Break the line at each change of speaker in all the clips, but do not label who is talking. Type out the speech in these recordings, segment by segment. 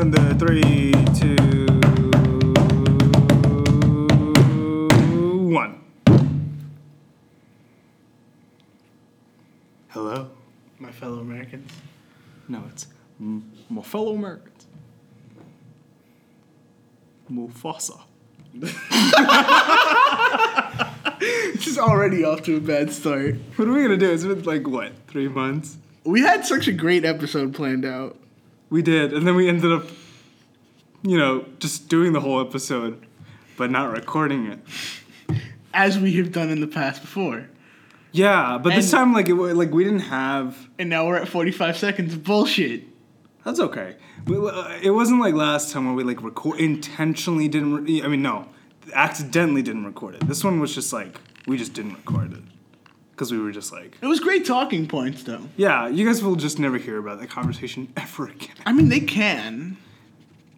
on the three, two, one. Hello, my fellow Americans.
No, it's m- my fellow Americans. Mufasa.
This is already off to a bad start.
What are we gonna do? It's been like what three months?
We had such a great episode planned out.
We did, and then we ended up, you know, just doing the whole episode, but not recording it.
As we have done in the past before.
Yeah, but this
And-
time, like, it, wa- like we didn't have.
And now we're at 45 seconds of bullshit.
That's okay. We- we- uh, It wasn't like last time where we like record intentionally didn't. Re- I mean, no, accidentally didn't record it. This one was just like we just didn't record it because we were just like,
It was great talking points, though.
yeah, you guys will just never hear about that conversation ever again.
I mean, they can.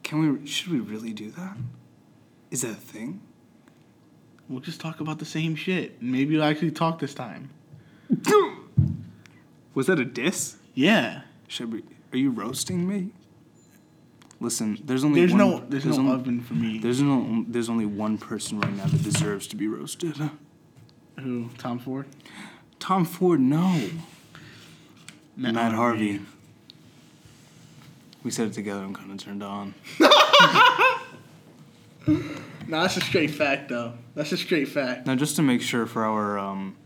Can we? Should we really do that? Is that a thing?
We'll just talk about the same shit. Maybe you'll actually talk this time.
Was that a diss?
Yeah.
Should we? Are you roasting me? Listen, there's only
There's
one,
no there's, no
only,
oven for me.
There's no there's only one person right now that deserves to be roasted.
Who? Tom Ford?
Tom Ford, no. Matt, Harvey. We said it together. I'm kind of turned on.
No, that's a straight fact though. That's a straight fact.
Now, just to make sure for our um,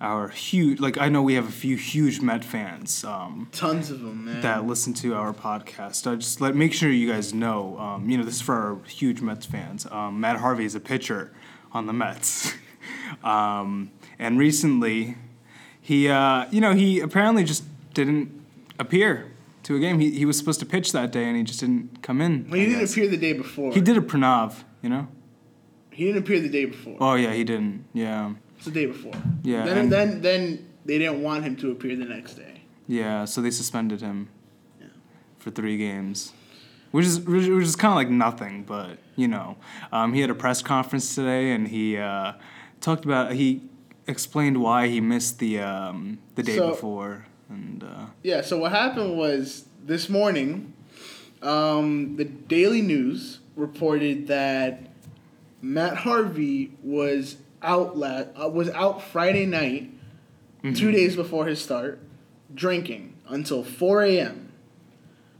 our huge like I know we have a few huge Met fans. Um,
Tons of them, man.
that listen to our podcast. I just let make sure you guys know. Um, you know, this is for our huge Mets fans. Um, Matt Harvey is a pitcher on the Mets, um, and recently, he uh, you know he apparently just didn't appear to a game. He, he was supposed to pitch that day, and he just didn't come in.
well, he
I
didn't
guess.
appear the day before.
He did a Pranav, you know.
He didn't appear the day before.
Oh yeah, he didn't. Yeah,
It's the day before.
Yeah,
Then
and-
then then they didn't want him to appear the next day.
yeah. So they suspended him
Yeah.
for three games, which is which which is kind of like nothing, but you know, um, he had a press conference today and he uh, talked about he explained why he missed the um, the day
So-
before and uh,
Yeah. So what happened was this morning, um, the Daily News reported that Matt Harvey was out la- uh, was out Friday night,
Mm-hmm.
two days before his start, drinking until four a.m.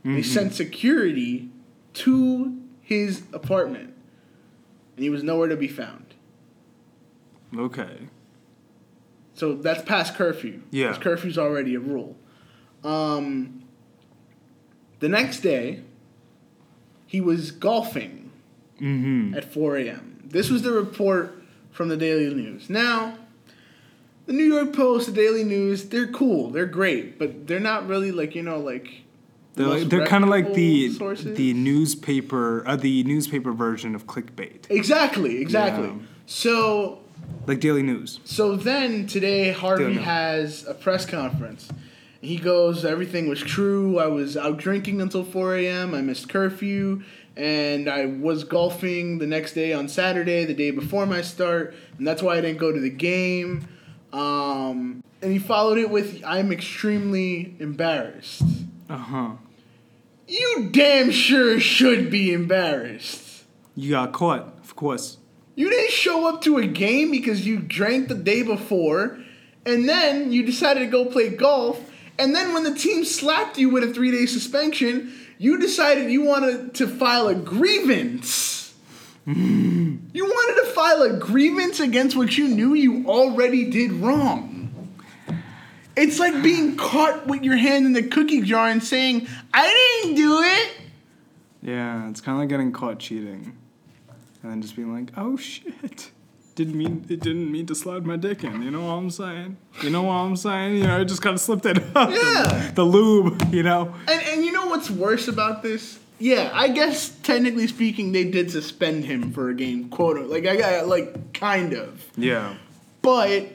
Mm-hmm.
They sent security to his apartment, and he was nowhere to be found.
okay,
So that's past curfew.
Yeah.
'cause Curfew's already a rule. Um, the next day, he was golfing
mm-hmm,
at 4 a.m. This was the report from the Daily News. Now, the New York Post, the Daily News, they're cool, they're great, but they're not really like, you know, like. the
they're like,
most
they're kind of like the
reputable sources.
the newspaper uh, the newspaper version of clickbait,
Exactly, exactly.
Yeah.
So
like Daily News.
So then today Harvey
Don't know.
has a press conference. He goes, everything was true. I was out drinking until 4 a.m. I missed curfew, and I was golfing the next day on Saturday, the day before my start, and that's why I didn't go to the game. Um, and he followed it with, "I'm extremely embarrassed."
Uh
Uh-huh.
huh.
You damn sure should be embarrassed.
You got caught, of course.
You didn't show up to a game because you drank the day before, and then you decided to go play golf, and then when the team slapped you with a three day suspension, you decided you wanted to file a grievance. you wanted to file a grievance against what you knew you already did wrong. It's like being caught with your hand in the cookie jar and saying, I didn't do it.
Yeah, it's kind of like getting caught cheating, and then just being like, "Oh shit, didn't mean it didn't mean to slide my dick in." You know what I'm saying? You know what I'm saying? You know, I just kind of slipped it up.
Yeah.
the lube, you know.
And and you know what's worse about this? Yeah, I guess technically speaking, they did suspend him for a game, quote. Like I got like kind of,
Yeah,
but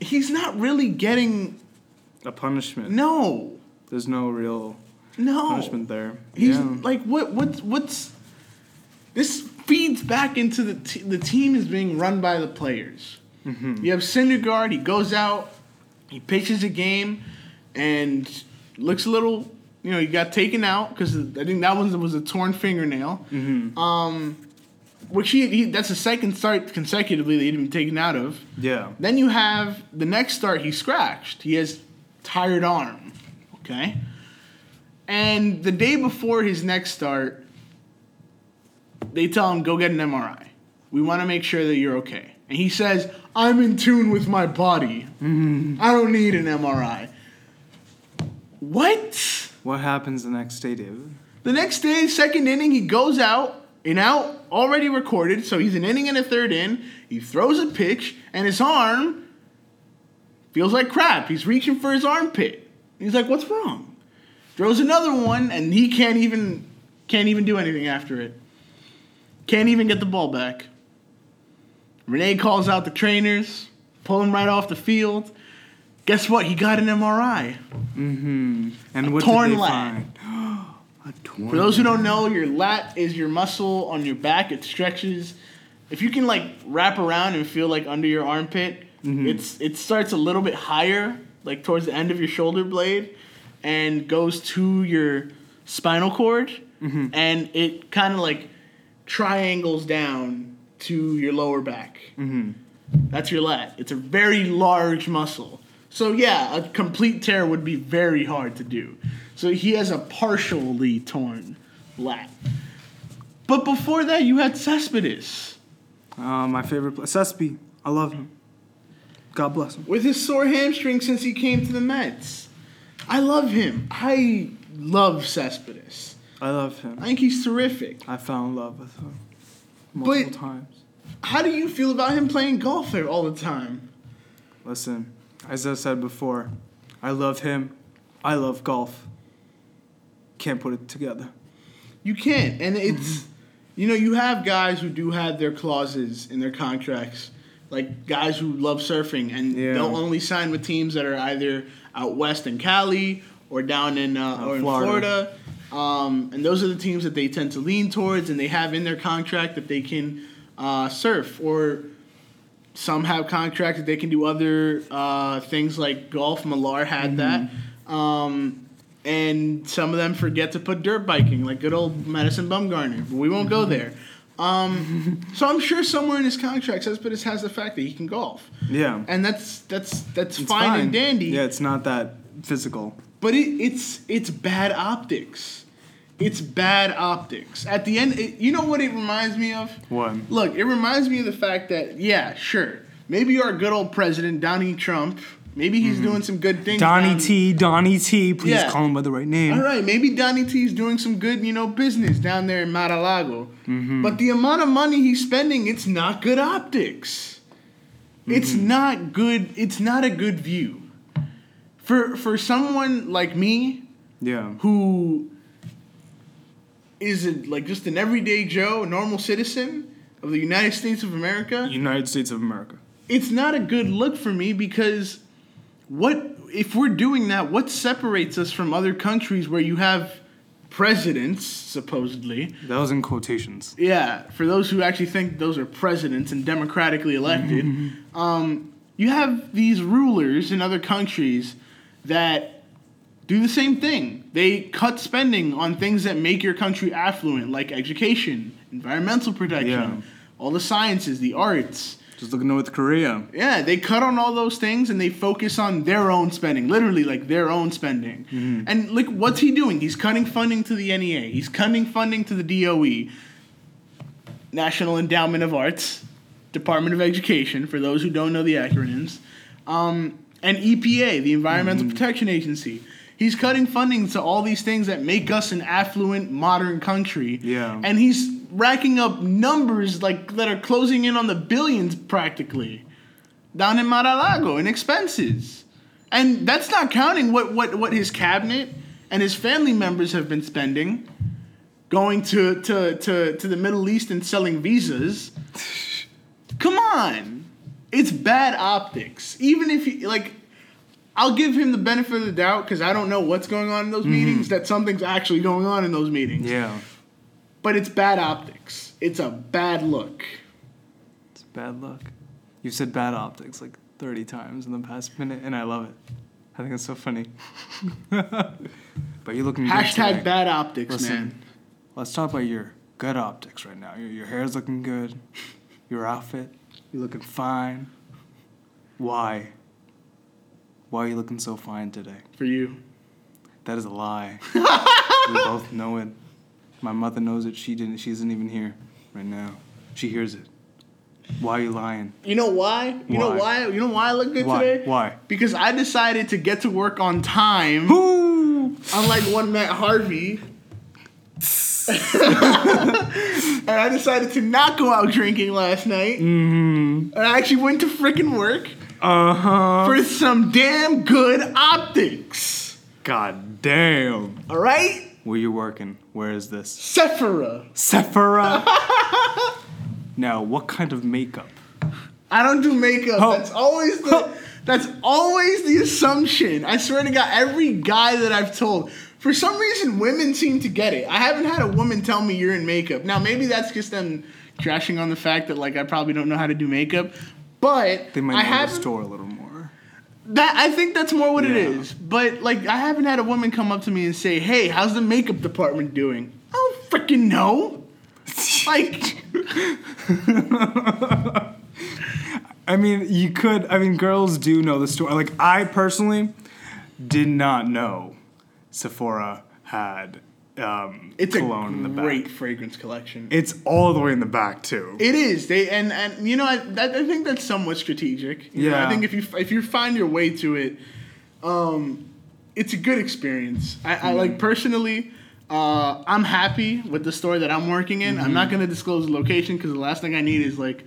he's not really getting
a punishment.
no,
There's no real
no.
punishment there.
He's
yeah.
like what what's what's this feeds back into the t- the team is being run by the players. You have Syndergaard. He goes out, he pitches a game, and looks a little You know, he got taken out because I think that one was a torn fingernail. Um, which he, he that's the second start consecutively that he'd been taken out of.
Yeah.
Then you have the next start he scratched. He has tired arm. Okay. And the day before his next start, they tell him, go get an MRI. We want to make sure that you're okay. And he says, I'm in tune with my body. I don't need an MRI. What?
What happens the next day, David?
The next day, second inning, he goes out, and out already recorded, so he's an inning and a third in. He throws a pitch, and his arm feels like crap. He's reaching for his armpit. He's like, "What's wrong?" Throws another one, and he can't even can't even do anything after it. Can't even get the ball back. Renee calls out the trainers, pull him right off the field. Guess what? He got an MRI.
And what
torn
did they
lat.
find? a torn.
For those who don't know, your lat is your muscle on your back. It stretches. If you can like wrap around and feel like under your armpit, it's it starts a little bit higher, like towards the end of your shoulder blade, and goes to your spinal cord, and it kind of like triangles down to your lower back. That's your lat. It's a very large muscle. So yeah, a complete tear would be very hard to do. So he has a partially torn lat. But before that, you had Cespedes
Uh, my favorite player, Sespi. I love him. God bless him.
with his sore hamstring since he came to the Mets. I love him. I love Cespedes.
I love him.
I think he's terrific.
I fell in love with him multiple
But-
times.
How do you feel about him playing golf there all the time?
Listen, as I said before, I love him. I love golf. Can't put it together.
You can't. And it's, you know, you have guys who do have their clauses in their contracts, like guys who love surfing and
Yeah.
they'll only sign with teams that are either out west in Cali or down in uh,
Uh,
or in Florida.
Florida.
Um, and those are the teams that they tend to lean towards, and they have in their contract that they can uh, surf or. Some have contracts that they can do other uh, things like golf. Millar had
Mm-hmm.
that. Um, and some of them forget to put dirt biking, like good old Madison Bumgarner. But we won't
Mm-hmm.
go there. Um, so I'm sure somewhere in his contract, Cespedes has the fact that he can golf,
Yeah.
and that's that's that's
It's
fine, and dandy.
Yeah, it's not that physical.
But it, it's it's bad optics. It's bad optics. At the end, it, you know what it reminds me of?
What?
Look, it reminds me of the fact that yeah, sure, maybe our good old president Donnie Trump, maybe he's doing some good things.
Mm-hmm. Donnie
down-
T, Donnie T, please
Yeah.
call him by the right name.
All right, maybe Donnie T is doing some good, you know, business down there in Mar-a-Lago.
Mm-hmm.
But the amount of money he's spending, it's not good optics. It's
Mm-hmm.
not good. It's not a good view. For for someone like me
Yeah.
who is a, like just an everyday Joe, a normal citizen of the United States of America,
United States of America.
it's not a good look for me because what if we're doing that what separates us from other countries where you have presidents supposedly
That was in quotations.
yeah for those who actually think those are presidents and democratically elected um, you have these rulers in other countries that do the same thing they cut spending on things that make your country affluent like education environmental protection
Yeah.
all the sciences the arts
Just look at North Korea.
yeah, they cut on all those things and they focus on their own spending, literally like their own spending. And like, what's he doing? He's cutting funding to the NEA. He's cutting funding to the DOE, National Endowment of Arts, Department of Education. For those who don't know the acronyms, um, and EPA, the Environmental Protection Agency. He's cutting funding to all these things that make us an affluent modern country.
Yeah.
And he's racking up numbers like that are closing in on the billions practically down in Mar-a-Lago in expenses. And that's not counting what, what, what his cabinet and his family members have been spending going to, to, to, to the Middle East and selling visas. Come on. It's bad optics. Even if he, like, I'll give him the benefit of the doubt because I don't know what's going on in those meetings, that something's actually going on in those meetings.
Mm-hmm. Yeah.
But it's bad optics. It's a bad look.
It's bad luck. You've said bad optics like 30 times in the past minute, and I love it. I think it's so funny. But you're looking good
Hashtag
today.
bad optics,
Listen,
man.
Let's talk about your good optics right now. Your, your hair's looking good. Your outfit, you're looking fine. Why? Why are you looking so fine today?
For you.
That is a lie. we both know it. My mother knows it. She didn't. She isn't even here right now. She hears it. Why are you lying?
You know why? You know
Why?
why? You know why I look good
Why?
today?
Why?
Because I decided to get to work on time.
Woo!
unlike one Matt Harvey. and I decided to not go out drinking last night.
Mm,
And I actually went to freaking work
uh huh.
for some damn good optics.
God damn.
All right?
Where you working? Where is this?
Sephora.
Sephora. now, what kind of makeup?
I don't do makeup.
Oh.
That's always the that's always the assumption. I swear to God, every guy that I've told. For some reason, women seem to get it. I haven't had a woman tell me you're in makeup. Now, maybe that's just them trashing on the fact that like I probably don't know how to do makeup. But
They might
I
know
have
the store a little more.
that. I think that's more what it
Yeah.
is. But like, I haven't had a woman come up to me and say, "Hey, how's the makeup department doing?" I don't freaking know. like,
I mean, you could. I mean, girls do know the store. Like, I personally did not know Sephora had um,
it's
cologne
a
in the
great
back.
fragrance collection.
It's all the way in the back too.
It is. They and and you know I that, I think that's somewhat strategic. You know,
Yeah.
I think if you if you find your way to it, um, it's a good experience. I, I like personally. Uh, I'm happy with the store that I'm working in. I'm not gonna disclose the location because the last thing I need is like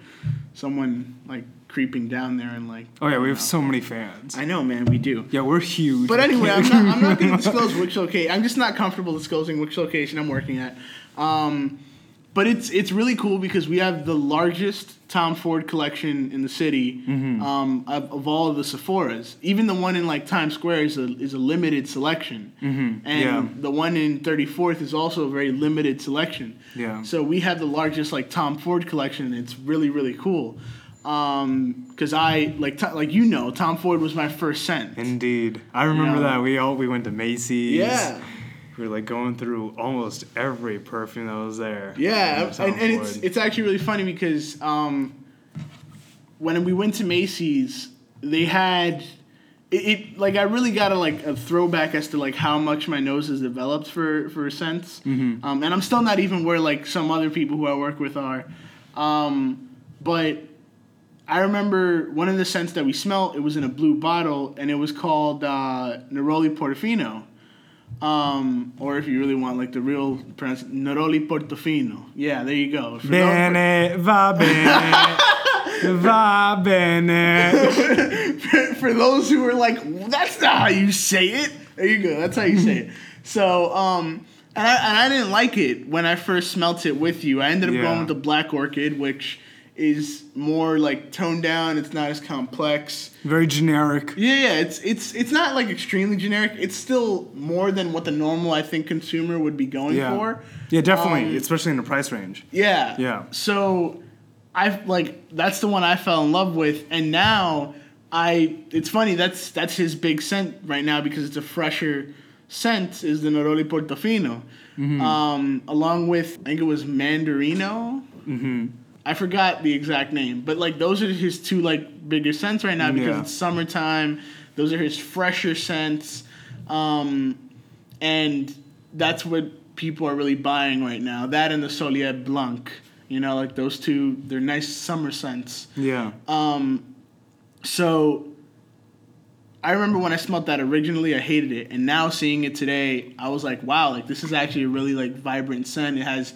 someone like creeping down there and like.
oh yeah, we have so many fans.
I know, man. We do.
yeah, we're huge.
But
We
anyway, I'm
can't-
not, I'm not going to disclose which location. I'm just not comfortable disclosing which location I'm working at. Um, but it's it's really cool because we have the largest Tom Ford collection in the city
Mm-hmm.
um, of, of all of the Sephoras. Even the one in like Times Square is a is a limited selection, and
Mm-hmm. Yeah.
the one in 34th is also a very limited selection.
Yeah.
So we have the largest like Tom Ford collection. And it's really really cool. Um, cause I like t- like you know Tom Ford was my first scent.
Indeed, I remember
Yeah.
that we all we went to Macy's.
Yeah.
we were like going through almost every perfume that was there.
Yeah,
was
and,
on
and it's
board.
it's actually really funny because um, when we went to Macy's, they had it, it like I really got a like a throwback as to like how much my nose has developed for for scents, um, and I'm still not even where like some other people who I work with are, um, but. I remember one of the scents that we smelled. It was in a blue bottle, and it was called uh, Neroli Portofino. Um, or if you really want like the real pronounce Neroli Portofino. Yeah, there you go. For those,
bene va bene va bene.
for, those who were like, that's not how you say it. There you go. That's how you say it. So, um, and I, and I didn't like it when I first smelt it with you. I ended up
Yeah.
going with the Black Orchid, which is more like toned down. It's not as complex.
Very generic.
Yeah, yeah, it's it's it's not like extremely generic. It's still more than what the normal I think consumer would be going
Yeah.
for.
Yeah, definitely,
Um,
especially in the price range.
Yeah.
Yeah.
So I like that's the one I fell in love with and now I it's funny that's that's his big scent right now because it's a fresher scent is the Neroli Portofino.
Mm-hmm.
Um along with I think it was Mandarino. Mhm. I forgot the exact name, but like those are his two like bigger scents right now because
Yeah.
it's summertime. Those are his fresher scents. Um and that's what people are really buying right now. That and the Solier Blanc, you know, like those two, they're nice summer scents.
Yeah.
Um, So I remember when I smelled that originally, I hated it, and now seeing it today, I was like, wow, like this is actually a really like vibrant scent. It has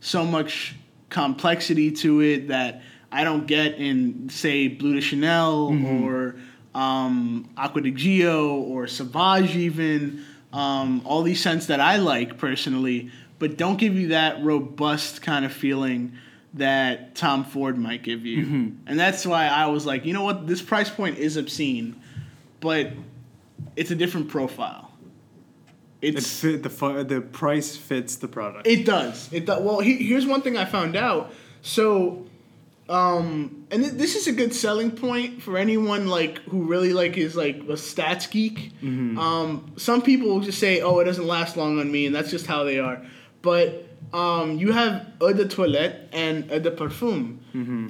so much complexity to it that I don't get in say Blue de Chanel or um, Aqua di Gio or Sauvage even um, all these scents that I like personally, but don't give you that robust kind of feeling that Tom Ford might give you. And that's why I was like, you know what, this price point is obscene, but it's a different profile.
it
It's
fit the fu- the price fits the product.
it does. It does. Well, he, here's one thing I found out. So Um, and th- this is a good selling point for anyone like who really like is like a stats geek. Um, some people will just say, "Oh, it doesn't last long on me," and that's just how they are. But um, you have eau de toilette and eau de parfum,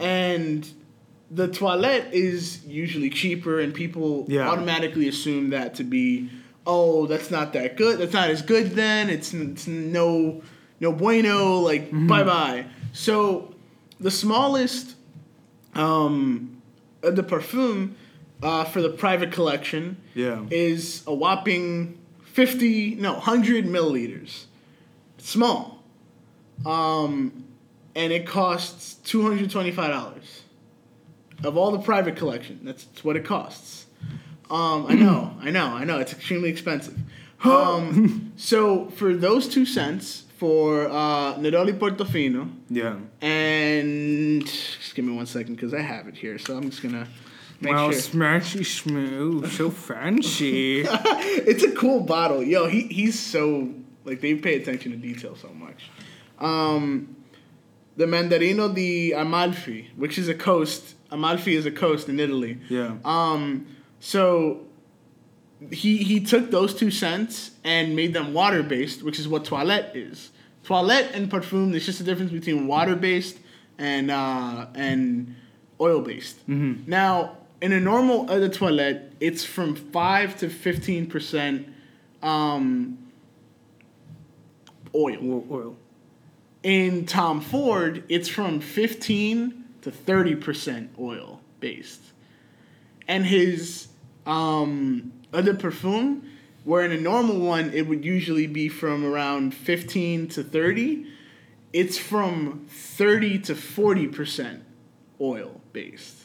and the toilette is usually cheaper, and people
Yeah.
automatically assume that to be, "Oh, that's not that good. That's not as good." Then it's it's no no bueno. Like bye bye. So the smallest um, uh, the perfume uh, for the private collection
Yeah.
is a whopping 50 no 100 milliliters small um, and it costs $225 of all the private collection that's, that's what it costs um, i know i know i know it's extremely expensive um, so for those two cents for uh, neroli portofino
yeah.
and just give me one second because I have it here, so I'm just gonna make
wow,
sure.
smashy smooth, so fancy.
it's a cool bottle, yo. He he's so like they pay attention to detail so much. Um, the Mandarino di Amalfi, which is a coast. Amalfi is a coast in Italy.
yeah.
Um, so he he took those two scents and made them water based, which is what toilette is. Toilette and perfume. There's just a difference between water based and uh, and oil based. Now, in a normal eau de toilette, it's from five to fifteen percent um, oil.
Oil. oil.
In Tom Ford, it's from 15 to 30% oil based. And his um, other perfume, where in a normal one it would usually be from around 15 to 30, it's from 30 to 40% oil based.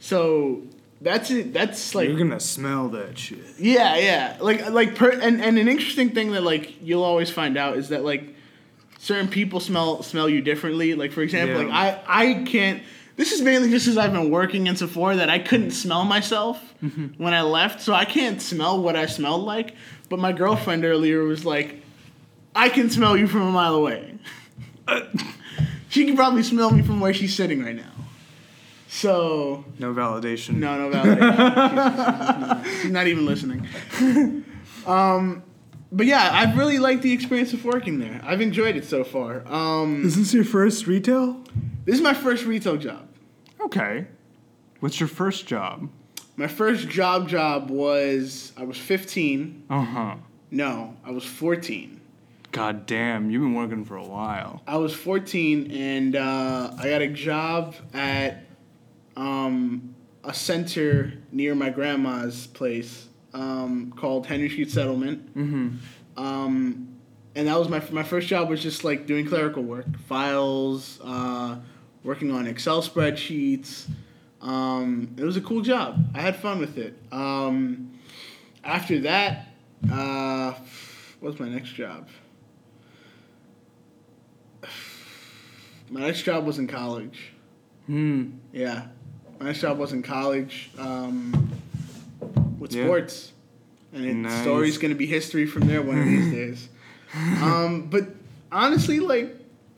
So that's it. That's like
You're gonna smell that shit.
yeah, yeah. Like like per and, and an interesting thing that like you'll always find out is that like certain people smell smell you differently. Like for example,
Yeah.
like I I can't this is mainly just as I've been working in Sephora that I couldn't smell myself when I left, so I can't smell what I smelled like. But my girlfriend earlier was like, I can smell you from a mile away. she can probably smell me from where she's sitting right now. So
No validation.
no, no validation. She's- she's, she's not even listening. um, but yeah, I've really liked the experience of working there. I've enjoyed it so far. Um,
Is this your first retail?
this is my first retail job.
Okay. What's your first job?
My first job job was I was 15.
Uh huh.
No, I was 14.
God damn, you've been working for a while.
I was 14 and uh, I got a job at um, a center near my grandma's place um, called Henry Street Settlement.
Mm-hmm.
Um, and that was my my first job was just like doing clerical work, files, uh, working on Excel spreadsheets. Um, it was a cool job. I had fun with it. Um, after that, uh, what's my next job? My next job was in college.
Hmm.
Yeah, my next job was in college um, with
Yeah.
sports, and it,
Nice.
story's gonna be history from there one of these days. Um, but honestly, like,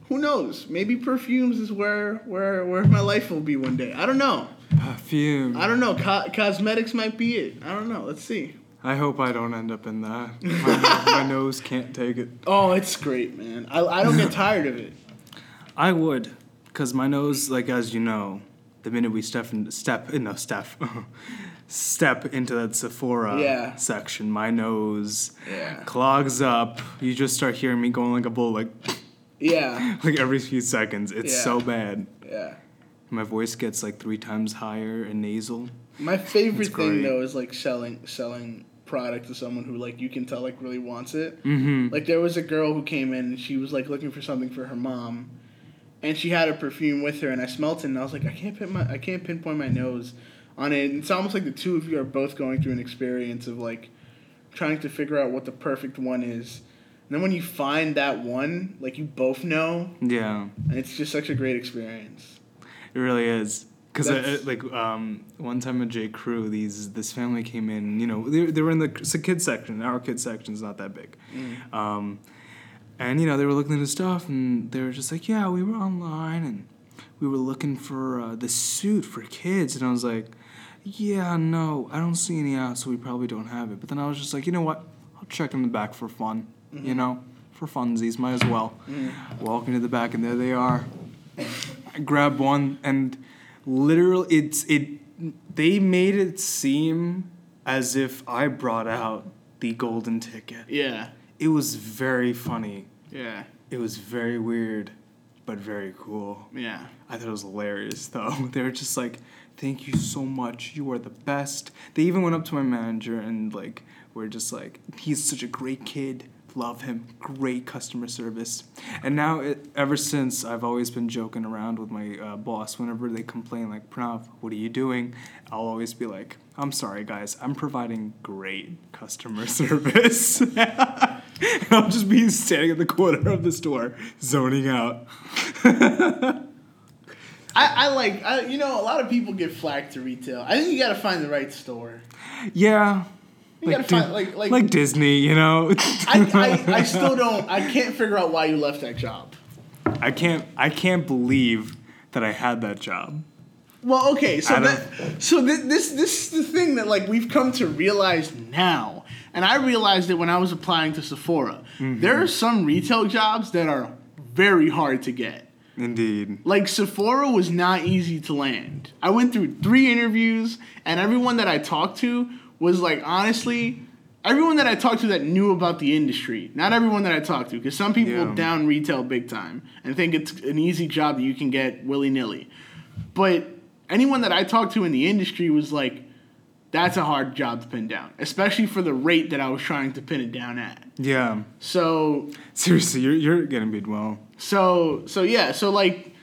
who knows? Maybe perfumes is where where where my life will be one day. I don't know.
Perfume.
I don't know. Co- cosmetics might be it. I don't know. Let's see.
I hope I don't end up in that. My, my nose can't take it.
Oh, it's great, man. I I don't get tired of it.
I would, because my nose, like as you know, the minute we step in, step no step, step into that Sephora
Yeah.
section, my nose
Yeah.
clogs up. You just start hearing me going like a bull, like
Yeah.
like every few seconds. It's
Yeah.
so bad.
Yeah.
My voice gets like three times higher and nasal.
My favorite
That's
thing
great.
though is like selling selling product to someone who like you can tell like really wants it.
Mm-hmm.
Like there was a girl who came in and she was like looking for something for her mom, and she had a perfume with her, and I smelt it, and I was like, I can't pin my I can't pinpoint my nose on it. And it's almost like the two of you are both going through an experience of like trying to figure out what the perfect one is. And then when you find that one, like you both know,
Yeah.
and it's just such a great experience.
It really is. Because
That's-
like um, one time at J Crew, these this family came in. You know, they, they were in the it's a kids section. Our kids section's not that big, um, and you know they were looking at stuff, and they were just like, "Yeah, we were online, and we were looking for uh, the suit for kids, and I was like, yeah, no, I don't see any out, so we probably don't have it. But then I was just like, you know what? I'll check in the back for fun, you know, for funsies, might as well. Walk into the back, and there they are. I grabbed one, and literally, it's it. They made it seem as if I brought out the golden ticket.
Yeah.
It was very funny.
Yeah.
It was very weird, but very cool.
Yeah.
I thought it was hilarious though. They were just like, "Thank you so much. You are the best." They even went up to my manager and like, "We're just like, he's such a great kid. Love him. Great customer service." And now, it, ever since, I've always been joking around with my uh, boss. Whenever they complain, like, "Pranav, what are you doing?" I'll always be like, "I'm sorry, guys. I'm providing great customer service." And I'll just be standing at the corner of the store, zoning out.
I, I like I, you know a lot of people get flack to retail. I think you got to find the right store.
Yeah.
You gotta
Di-
find- like- like-
Disney, you know.
I, I, I still don't. I can't figure out why you left that job.
I can't I can't believe that I had that job.
Well, okay, so
I don't-
that, so thi- this this is the thing that like we've come to realize now, and I realized it when I was applying to Sephora.
Mm-hmm.
There are some retail jobs that are very hard to get.
Indeed.
Like Sephora was not easy to land. I went through three interviews, and everyone that I talked to was like, honestly, everyone that I talked to that knew about the industry. Not everyone that I talked to, because some people
Yeah.
down retail big time and think it's an easy job that you can get willy nilly. But anyone that I talked to in the industry was like, that's a hard job to pin down, especially for the rate that I was trying to pin it down at.
Yeah.
So
Seriously, you're you're getting beat well.
so so yeah, so like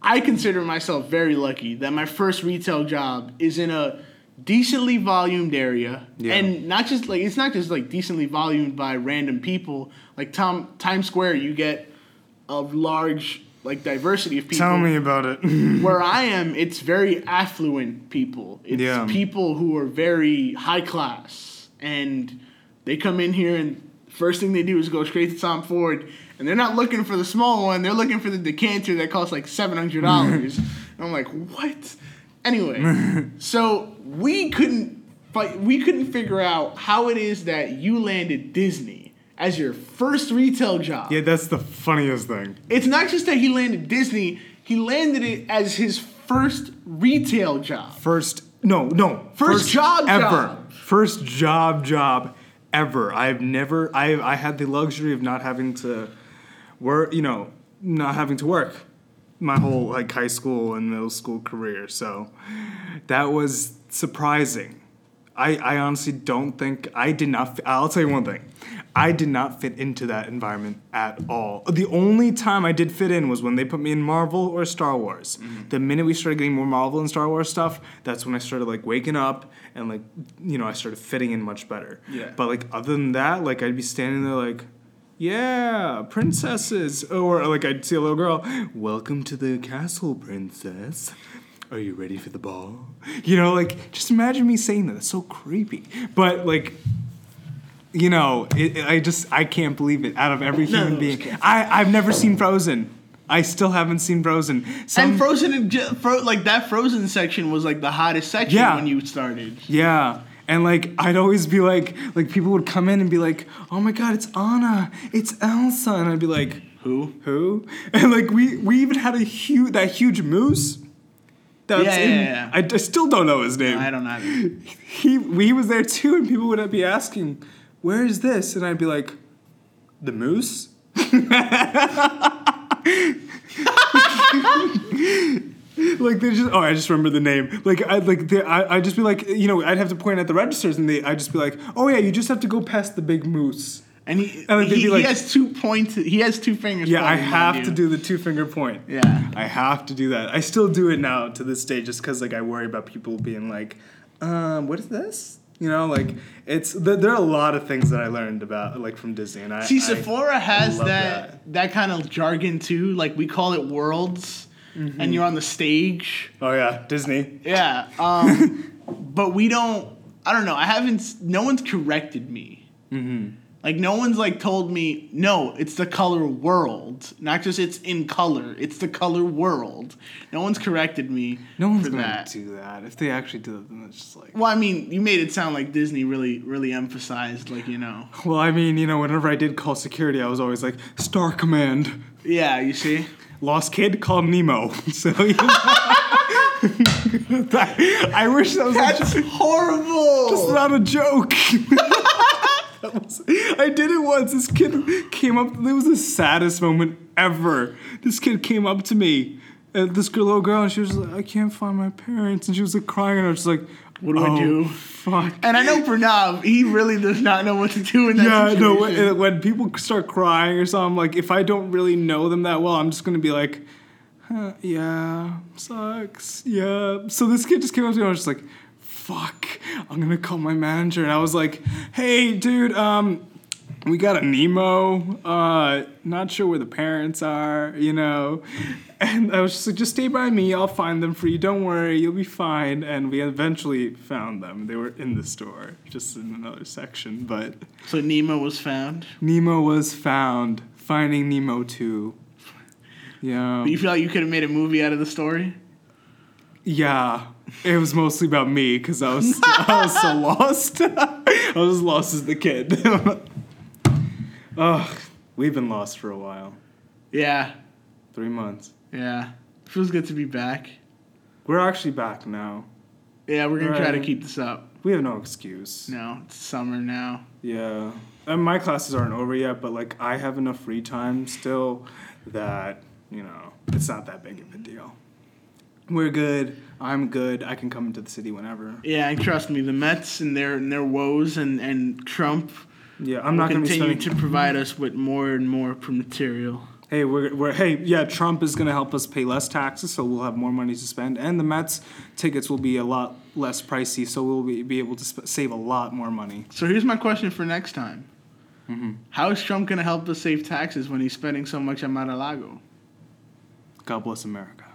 I consider myself very lucky that my first retail job is in a decently volumed area.
Yeah.
And not just like it's not just like decently volumed by random people. Like Tom Times Square you get a large like diversity of people.
Tell me about it.
Where I am, it's very affluent people. It's
Yeah.
people who are very high class, and they come in here and first thing they do is go straight to Tom Ford, and they're not looking for the small one. They're looking for the decanter that costs like seven hundred dollars. I'm like, what? Anyway, so we couldn't. But we couldn't figure out how it is that you landed Disney as your first retail job.
yeah, that's the funniest thing.
It's not just that he landed Disney, he landed it as his first retail job.
First no, no.
First job
ever.
job.
First job job ever. I've never I I had the luxury of not having to work, you know, not having to work my whole like high school and middle school career. So that was surprising. I, I honestly don't think I did not. fi- I'll tell you one thing. I did not fit into that environment at all. The only time I did fit in was when they put me in Marvel or Star Wars. The minute we started getting more Marvel and Star Wars stuff, that's when I started like waking up and like you know I started fitting in much better.
Yeah.
But like other than that, like I'd be standing there like, yeah, princesses, or like I'd see a little girl, welcome to the castle, princess. Are you ready for the ball? You know, like just imagine me saying that. That's so creepy. But like, you know, it, it- I just I can't believe it. Out of every human
no, it's
being, I I've never seen Frozen. I still haven't seen Frozen. Some,
and Frozen, in ge- Fro- like that Frozen section was like the hottest section
Yeah.
when you started.
Yeah. And like I'd always be like like people would come in and be like, "Oh my god, it's Anna. It's Elsa." And I'd be like,
Who?
"Who?" And like we we even had a huge that huge moose. That's
Yeah, yeah,
in,
yeah, yeah.
I, I still don't know his name.
I don't know.
He he was there too and people would be asking, "Where is this?" And I'd be like, "The moose?" like they just oh I just remember the name like I like they, I I just be like you know I'd have to point at the registers and they I just be like oh yeah you just have to go past the big moose
And he,
And they'd
he,
be like-
he has two points. He has two fingers.
yeah I
pointing, mind
have to
you.
do the two finger point
Yeah.
I have to do that I still do it now to this day just because like I worry about people being like um what is this you know like it's there, there are a lot of things that I learned about like from Disney and I
See,
I-
Sephora has
love
that, that kind of jargon too. Like we call it worlds,
Mm-hmm.
and you're on the stage.
oh yeah Disney
Yeah.
Mm-hmm.
Um, but we don't. I don't know. I haven't. s- No one's corrected me. Like no one's like told me, no, it's the color world, not just it's in color. It's the color world. No one's corrected me.
No one's
for
gonna
that.
do that. If they actually do it, then it's just like.
Well, I mean, you made it sound like Disney really, really emphasized, like you know.
Well, I mean, you know, whenever I did call security, I was always like, Star Command,
Yeah, you see.
lost kid, call Nemo. So. You I wish that was
That's horrible.
It's not a joke. That was- I did it once. This kid came up. It was the saddest moment ever. This kid came up to me, and this little girl, and she was like, "I can't find my parents," and she was like crying, and I was just like, "What
do I do?"
Fuck.
and I know Pranav, he really does not know what to do in that
Yeah,
situation.
no. When, when people start crying or something, like if I don't really know them that well, I'm just gonna be like, huh, "Yeah, sucks." Yeah. So this kid just came up to me. and I was just like, "Fuck!" I'm gonna call my manager, and I was like, "Hey, dude, um, we got a Nemo. Uh, not sure where the parents are, you know." And I was just like, "Just stay by me. I'll find them for you. Don't worry, you'll be fine." And we eventually found them. They were in the store, just in another section, but.
So Nemo was found.
Nemo was found. Finding Nemo 2. Yeah.
Do you feel like you could have made a movie out of the story?
Yeah. It was mostly about me because I was I was so lost. I was as lost as the kid. Ugh, we've been lost for a while.
Yeah,
Three months.
yeah. Feels good to be back.
We're actually back now.
Yeah, we're gonna try to
Right.
keep this up.
We have no excuse.
No, it's summer now.
Yeah. And my classes aren't over yet, but like I have enough free time still that, you know, it's not that big of a deal. We're good. I'm good. I can come into the city whenever.
Yeah, and trust me, the Mets and their and their woes and and Trump
Yeah, I'm
will
not going to be
continue
spending.
to provide us with more and more material.
hey, we're, we're hey, yeah, Trump is going to help us pay less taxes, so we'll have more money to spend, and the Mets tickets will be a lot less pricey, so we'll be, be able to sp- save a lot more money.
So here's my question for next time.
Mm-hmm.
How is Trump going to help us save taxes when he's spending so much on Mar-a-Lago?
God bless America.